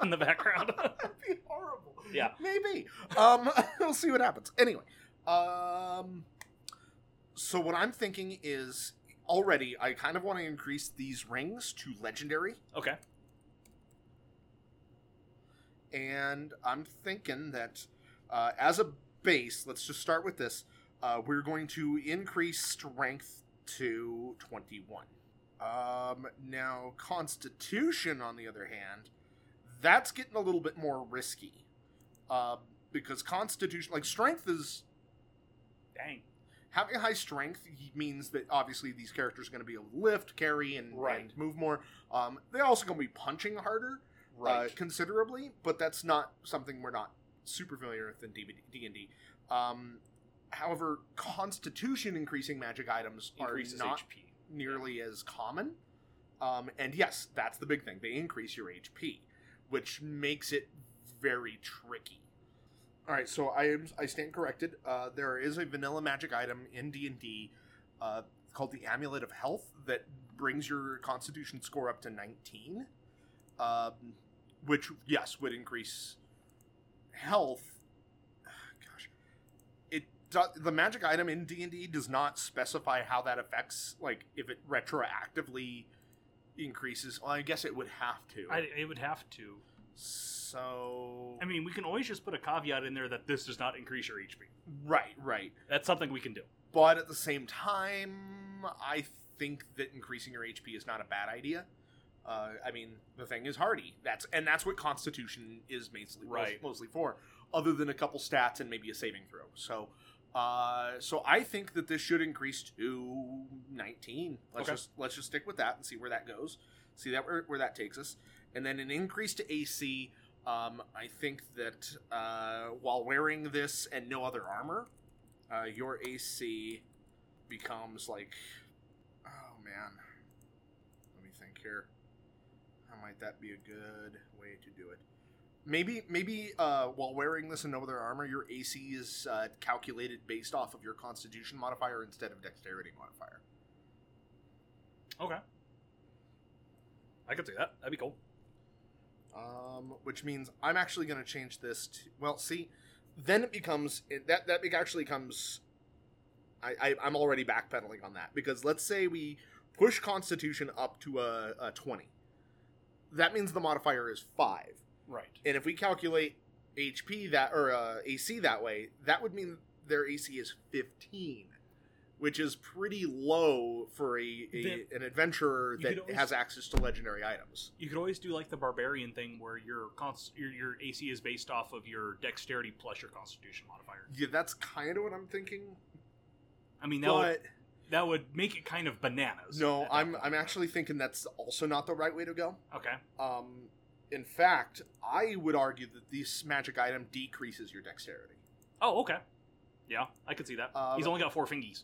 Speaker 1: in the background.
Speaker 3: That'd be horrible.
Speaker 1: Yeah.
Speaker 3: Maybe. Um, we'll see what happens. Anyway, um, so what I'm thinking is already I kind of want to increase these rings to legendary,
Speaker 1: okay.
Speaker 3: and I'm thinking that uh, as a base, let's just start with this. Uh, we're going to increase strength to 21. Um, now, Constitution, on the other hand, that's getting a little bit more risky. Uh, because Constitution, like, strength is
Speaker 1: Dang.
Speaker 3: Uh, having high strength means that obviously these characters are going to be able to lift, carry, and,
Speaker 1: Right.
Speaker 3: and move more. Um, they're also going to be punching harder, uh, considerably, but that's not something we're not super familiar with in D and D. Um, however, Constitution increasing magic items
Speaker 1: Increases
Speaker 3: are not
Speaker 1: HP.
Speaker 3: nearly as common. Um, and yes, that's the big thing. They increase your HP, which makes it very tricky. All right, so I am I stand corrected. Uh, there is a vanilla magic item in D and D uh, called the Amulet of Health that brings your Constitution score up to nineteen, um, which yes would increase health. Gosh, it do, the magic item in d&d does not specify how that affects like if it retroactively increases well i guess it would have to
Speaker 1: I, it would have to.
Speaker 3: so
Speaker 1: I mean, we can always just put a caveat in there that this does not increase your HP.
Speaker 3: right right
Speaker 1: That's something we can do.
Speaker 3: but at the same time i think that increasing your hp is not a bad idea uh, i mean the thing is hardy that's and that's what constitution is mostly
Speaker 1: Right.
Speaker 3: mostly for other than a couple stats and maybe a saving throw so uh, so i think that this should increase to 19 let's
Speaker 1: Okay.
Speaker 3: just let's just stick with that and see where that goes see that where, where that takes us and then an increase to ac um, i think that uh, while wearing this and no other armor uh, your AC becomes like, oh man, let me think here. How might that be a good way to do it? Maybe, maybe uh, while wearing this and no other armor, your AC is uh, calculated based off of your Constitution modifier instead of Dexterity modifier.
Speaker 1: Okay. I could see that. That'd be cool.
Speaker 3: Um, which means I'm actually going to change this to well, see, then it becomes it, that that be- actually comes. I, I I'm already backpedaling on that because let's say we push Constitution up to a, a twenty. That means the modifier is five,
Speaker 1: Right.
Speaker 3: and if we calculate HP that or uh, AC that way, that would mean their AC is fifteen, which is pretty low for a, a
Speaker 1: Then-
Speaker 3: an adventurer
Speaker 1: You
Speaker 3: that
Speaker 1: could always-
Speaker 3: has access to legendary items.
Speaker 1: You could always do like the barbarian thing where your cons- your, your AC is based off of your dexterity plus your constitution modifier.
Speaker 3: Yeah, that's kind of what I'm thinking.
Speaker 1: I mean, that would,
Speaker 3: But
Speaker 1: that would make it kind of bananas.
Speaker 3: no,
Speaker 1: at that
Speaker 3: I'm
Speaker 1: point.
Speaker 3: I'm actually thinking that's also not the right way to go.
Speaker 1: okay.
Speaker 3: Um, in fact, I would argue that this magic item decreases your dexterity.
Speaker 1: Oh, okay. Yeah, I could see that.
Speaker 3: Um,
Speaker 1: He's only got four fingies.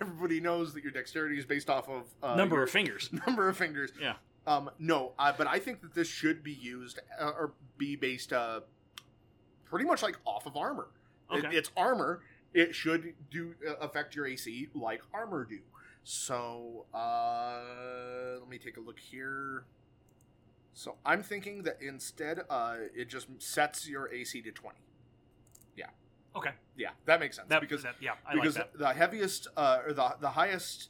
Speaker 3: Everybody knows that your dexterity is based off of uh,
Speaker 1: Number
Speaker 3: your
Speaker 1: of fingers.
Speaker 3: number of fingers.
Speaker 1: Yeah.
Speaker 3: Um, no, uh, but I think that this should be used uh, or be based uh, pretty much like off of armor. It-
Speaker 1: Okay.
Speaker 3: it's armor. It should do uh, affect your AC like armor do. So uh, let me take a look here. So I'm thinking that instead, uh, it just sets your AC to twenty. Yeah.
Speaker 1: Okay.
Speaker 3: Yeah, that makes sense
Speaker 1: That
Speaker 3: because
Speaker 1: that, yeah, I like
Speaker 3: because
Speaker 1: that.
Speaker 3: the heaviest uh, or the the highest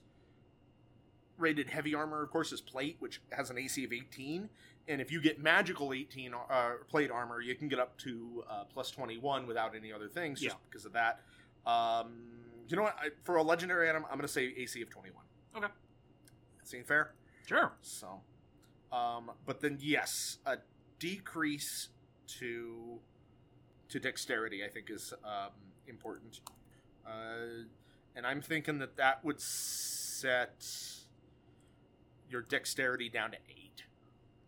Speaker 3: rated heavy armor, of course, is plate, which has an AC of eighteen. And if you get magical eighteen uh, plate armor, you can get up to uh, plus twenty one without any other things, just because of that. Um, you know what? I, for a legendary item, I'm going to say AC of 21.
Speaker 1: Okay.
Speaker 3: Seem fair?
Speaker 1: Sure.
Speaker 3: So, um, but then yes, a decrease to to dexterity I think is um, important, uh, and I'm thinking that that would set your dexterity down to eight.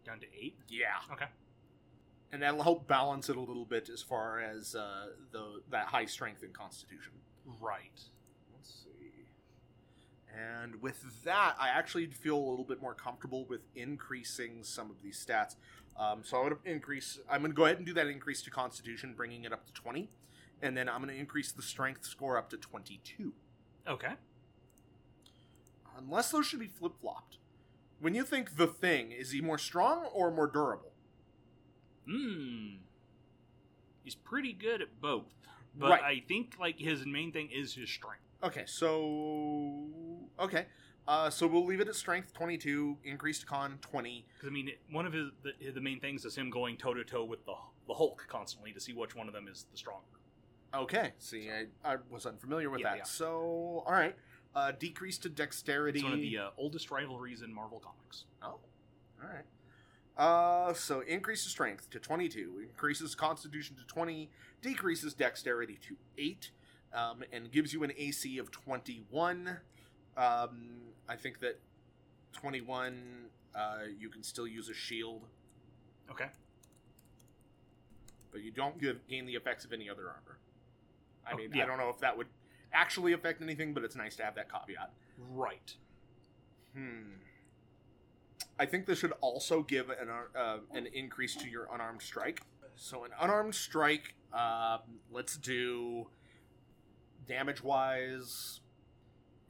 Speaker 1: Down to eight.
Speaker 3: Yeah.
Speaker 1: Okay.
Speaker 3: And that'll help balance it a little bit as far as uh, the that high strength and constitution.
Speaker 1: Right.
Speaker 3: Let's see. And with that, I actually feel a little bit more comfortable with increasing some of these stats. Um, so I'm going to increase. I'm going to go ahead and do that increase to Constitution, bringing it up to 20, and then I'm going to increase the Strength score up to 22.
Speaker 1: Okay.
Speaker 3: Unless those should be flip flopped. When you think the thing, is he more strong or more durable?
Speaker 1: Hmm. He's pretty good at both, but
Speaker 3: Right.
Speaker 1: I think like his main thing is his strength.
Speaker 3: Okay, so okay, uh, so we'll leave it at Strength 22, increased con 20.
Speaker 1: Because I mean, it- one of his the, the main things is him going toe to toe with the the Hulk constantly to see which one of them is the stronger.
Speaker 3: Okay. See, I, I was unfamiliar with
Speaker 1: Yeah,
Speaker 3: that.
Speaker 1: yeah.
Speaker 3: So, all right. Uh, decrease to dexterity.
Speaker 1: It's one of the uh, oldest rivalries in Marvel Comics.
Speaker 3: oh, all right. Uh, so increases strength to twenty-two, increases constitution to twenty, decreases dexterity to eight, um, and gives you an AC of twenty-one. Um, I think that twenty-one, uh, you can still use a shield,
Speaker 1: Okay.
Speaker 3: but you don't give, gain the effects of any other armor. I
Speaker 1: Oh,
Speaker 3: mean,
Speaker 1: yeah.
Speaker 3: I don't know if that would actually affect anything, but it's nice to have that caveat.
Speaker 1: Right.
Speaker 3: Hmm. I think this should also give an ar- uh, an increase to your unarmed strike. So an unarmed strike, um, let's do damage wise,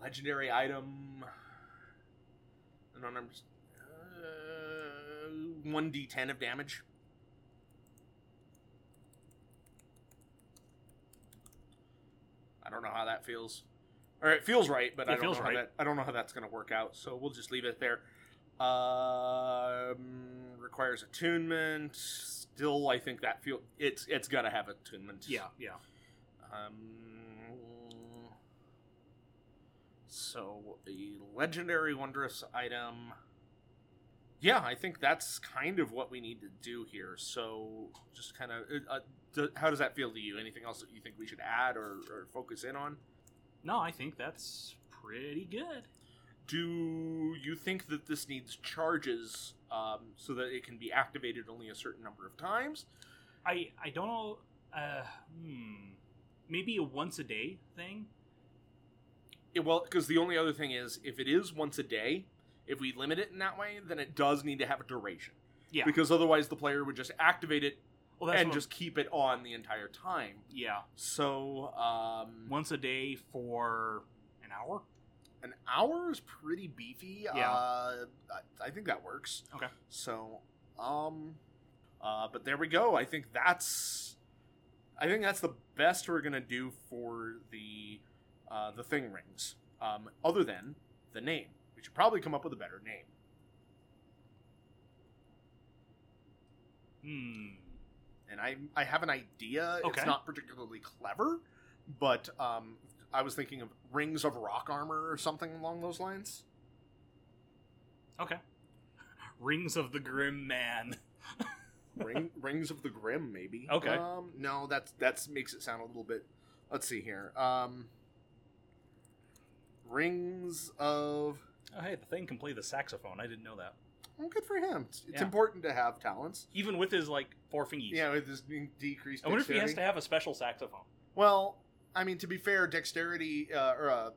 Speaker 3: legendary item, an unarmed uh, one d ten of damage. I don't know how that feels. Or it feels right, but
Speaker 1: It
Speaker 3: I don't
Speaker 1: feels
Speaker 3: know how
Speaker 1: right.
Speaker 3: that I don't know how that's going to work out. So we'll just leave it there. Um, requires attunement. Still, I think that feel it's it's got to have attunement.
Speaker 1: Yeah. Yeah.
Speaker 3: Um, so a legendary wondrous item. Yeah, I think that's kind of what we need to do here. So just kind of, uh, do, how does that feel to you? Anything else that you think we should add or, or focus in on?
Speaker 1: No, I think that's pretty good.
Speaker 3: Do you think that this needs charges um, so that it can be activated only a certain number of times?
Speaker 1: I I don't know. Uh, hmm. Maybe a once a day thing.
Speaker 3: It, well, because the only other thing is, if it is once a day, if we limit it in that way, then it does need to have a duration.
Speaker 1: Yeah.
Speaker 3: Because otherwise, the player would just activate it
Speaker 1: well, that's
Speaker 3: and
Speaker 1: what-
Speaker 3: just keep it on the entire time.
Speaker 1: yeah,
Speaker 3: So, um,
Speaker 1: once a day for an hour.
Speaker 3: an hour is pretty beefy.
Speaker 1: Yeah.
Speaker 3: Uh, I, I think that works.
Speaker 1: Okay.
Speaker 3: So, um, uh, but there we go. I think that's, I think that's the best we're gonna do for the, uh, the thing rings. Um, other than the name, we should probably come up with a better name.
Speaker 1: Hmm.
Speaker 3: And I, I have an idea.
Speaker 1: Okay.
Speaker 3: It's not particularly clever, but um, I was thinking of rings of rock armor or something along those lines.
Speaker 1: Rings of the Grim Man.
Speaker 3: Ring, Rings of the Grim, maybe.
Speaker 1: Okay.
Speaker 3: Um, no, that's that's makes it sound a little bit. Let's see here. Um, Rings of.
Speaker 1: Oh, hey, the thing can play the saxophone. I didn't know that.
Speaker 3: Well, good for him. It's, it's
Speaker 1: Yeah.
Speaker 3: important to have talents.
Speaker 1: Even with his like four fingers.
Speaker 3: Yeah, with this being decreased.
Speaker 1: I wonder if he has
Speaker 3: dexterity.
Speaker 1: to have a special saxophone.
Speaker 3: Well, I mean, to be fair, dexterity uh, or uh,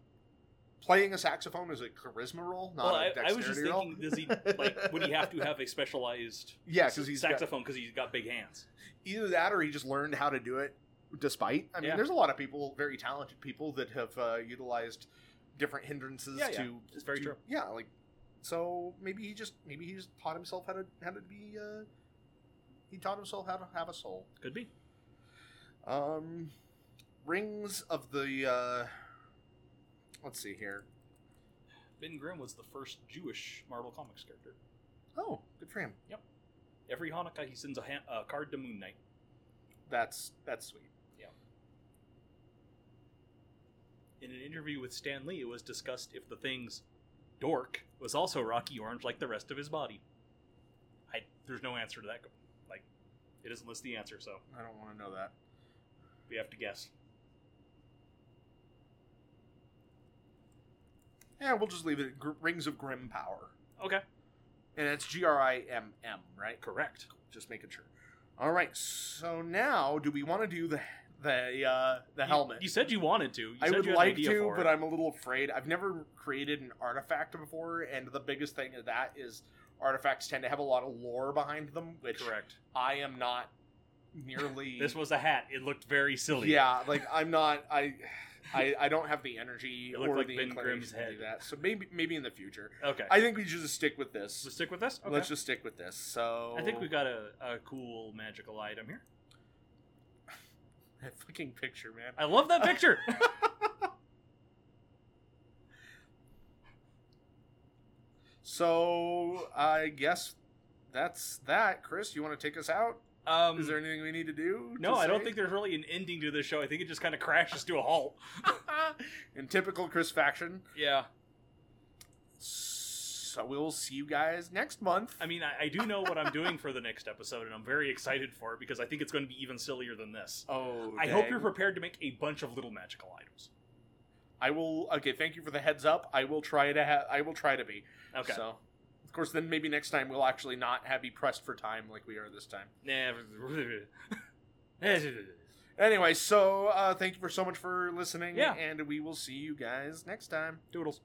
Speaker 3: playing a saxophone is a charisma roll, not
Speaker 1: well,
Speaker 3: a
Speaker 1: I,
Speaker 3: dexterity
Speaker 1: I was just
Speaker 3: roll.
Speaker 1: thinking, does he like would he have to have a specialized
Speaker 3: yeah, because he's got,
Speaker 1: saxophone because he's got big hands?
Speaker 3: either that or he just learned how to do it despite i mean
Speaker 1: Yeah.
Speaker 3: there's a lot of people very talented people that have uh, utilized different hindrances
Speaker 1: Yeah, yeah.
Speaker 3: to
Speaker 1: It's very
Speaker 3: to-
Speaker 1: true.
Speaker 3: yeah like so maybe he just maybe he just taught himself how to how to be uh, he taught himself how to have a soul
Speaker 1: Could be.
Speaker 3: um rings of the uh let's see here
Speaker 1: Ben Grimm was the first Jewish Marvel Comics character.
Speaker 3: oh good for him
Speaker 1: Every Hanukkah, he sends a, ha- a card to Moon Knight.
Speaker 3: that's that's sweet
Speaker 1: in an interview with Stan Lee, it was discussed if the thing's dork was also rocky orange like the rest of his body. I there's no answer to that. Like, it doesn't list the answer, so
Speaker 3: I don't want to know that.
Speaker 1: we have to guess.
Speaker 3: Yeah, we'll just leave it. at Gr- Rings of Grim Power,
Speaker 1: Okay,
Speaker 3: and it's G R I M M, right?
Speaker 1: correct.
Speaker 3: Just making sure. All right. So now, do we want to do the the uh, the
Speaker 1: You-
Speaker 3: helmet?
Speaker 1: You, said you wanted to. You
Speaker 3: I
Speaker 1: said
Speaker 3: would
Speaker 1: you had an
Speaker 3: like
Speaker 1: idea
Speaker 3: to,
Speaker 1: for
Speaker 3: but
Speaker 1: it.
Speaker 3: I'm a little afraid. I've never created an artifact before, and the biggest thing of that is artifacts tend to have a lot of lore behind them, which
Speaker 1: correct.
Speaker 3: I am not nearly.
Speaker 1: This was a hat. It looked very silly.
Speaker 3: yeah, like I'm not. I, I, I don't have the energy
Speaker 1: It looked
Speaker 3: or
Speaker 1: like
Speaker 3: the
Speaker 1: Ben
Speaker 3: inclination
Speaker 1: Grimm's
Speaker 3: to do
Speaker 1: head.
Speaker 3: that. So maybe, maybe in the future,
Speaker 1: Okay.
Speaker 3: I think we should just stick with this.
Speaker 1: Let's stick with this. Okay.
Speaker 3: Let's just stick with this. So
Speaker 1: I think we got a, a cool magical item here.
Speaker 3: that fucking picture, man.
Speaker 1: I love that picture.
Speaker 3: So I guess that's that. Chris, you want to take us out?
Speaker 1: Um,
Speaker 3: Is there anything we need to do?
Speaker 1: no,
Speaker 3: to
Speaker 1: I don't
Speaker 3: say?
Speaker 1: think there's really an ending to this show. I think it just kind of crashes to a halt.
Speaker 3: In typical Chris faction.
Speaker 1: Yeah.
Speaker 3: So we'll see you guys next month.
Speaker 1: I mean, I, I do know what I'm doing for the next episode, and I'm very excited for it because I think it's going to be even sillier than this.
Speaker 3: oh,
Speaker 1: I hope
Speaker 3: dang.
Speaker 1: you're prepared to make a bunch of little magical items.
Speaker 3: I will. Okay, thank you for the heads up. I will try to. Ha- I will try to be.
Speaker 1: Okay.
Speaker 3: So, of course, then maybe next time we'll actually not have you pressed for time like we are this time.
Speaker 1: yeah.
Speaker 3: Anyway, so uh, thank you for so much for listening.
Speaker 1: Yeah.
Speaker 3: and we will see you guys next time.
Speaker 1: Doodles.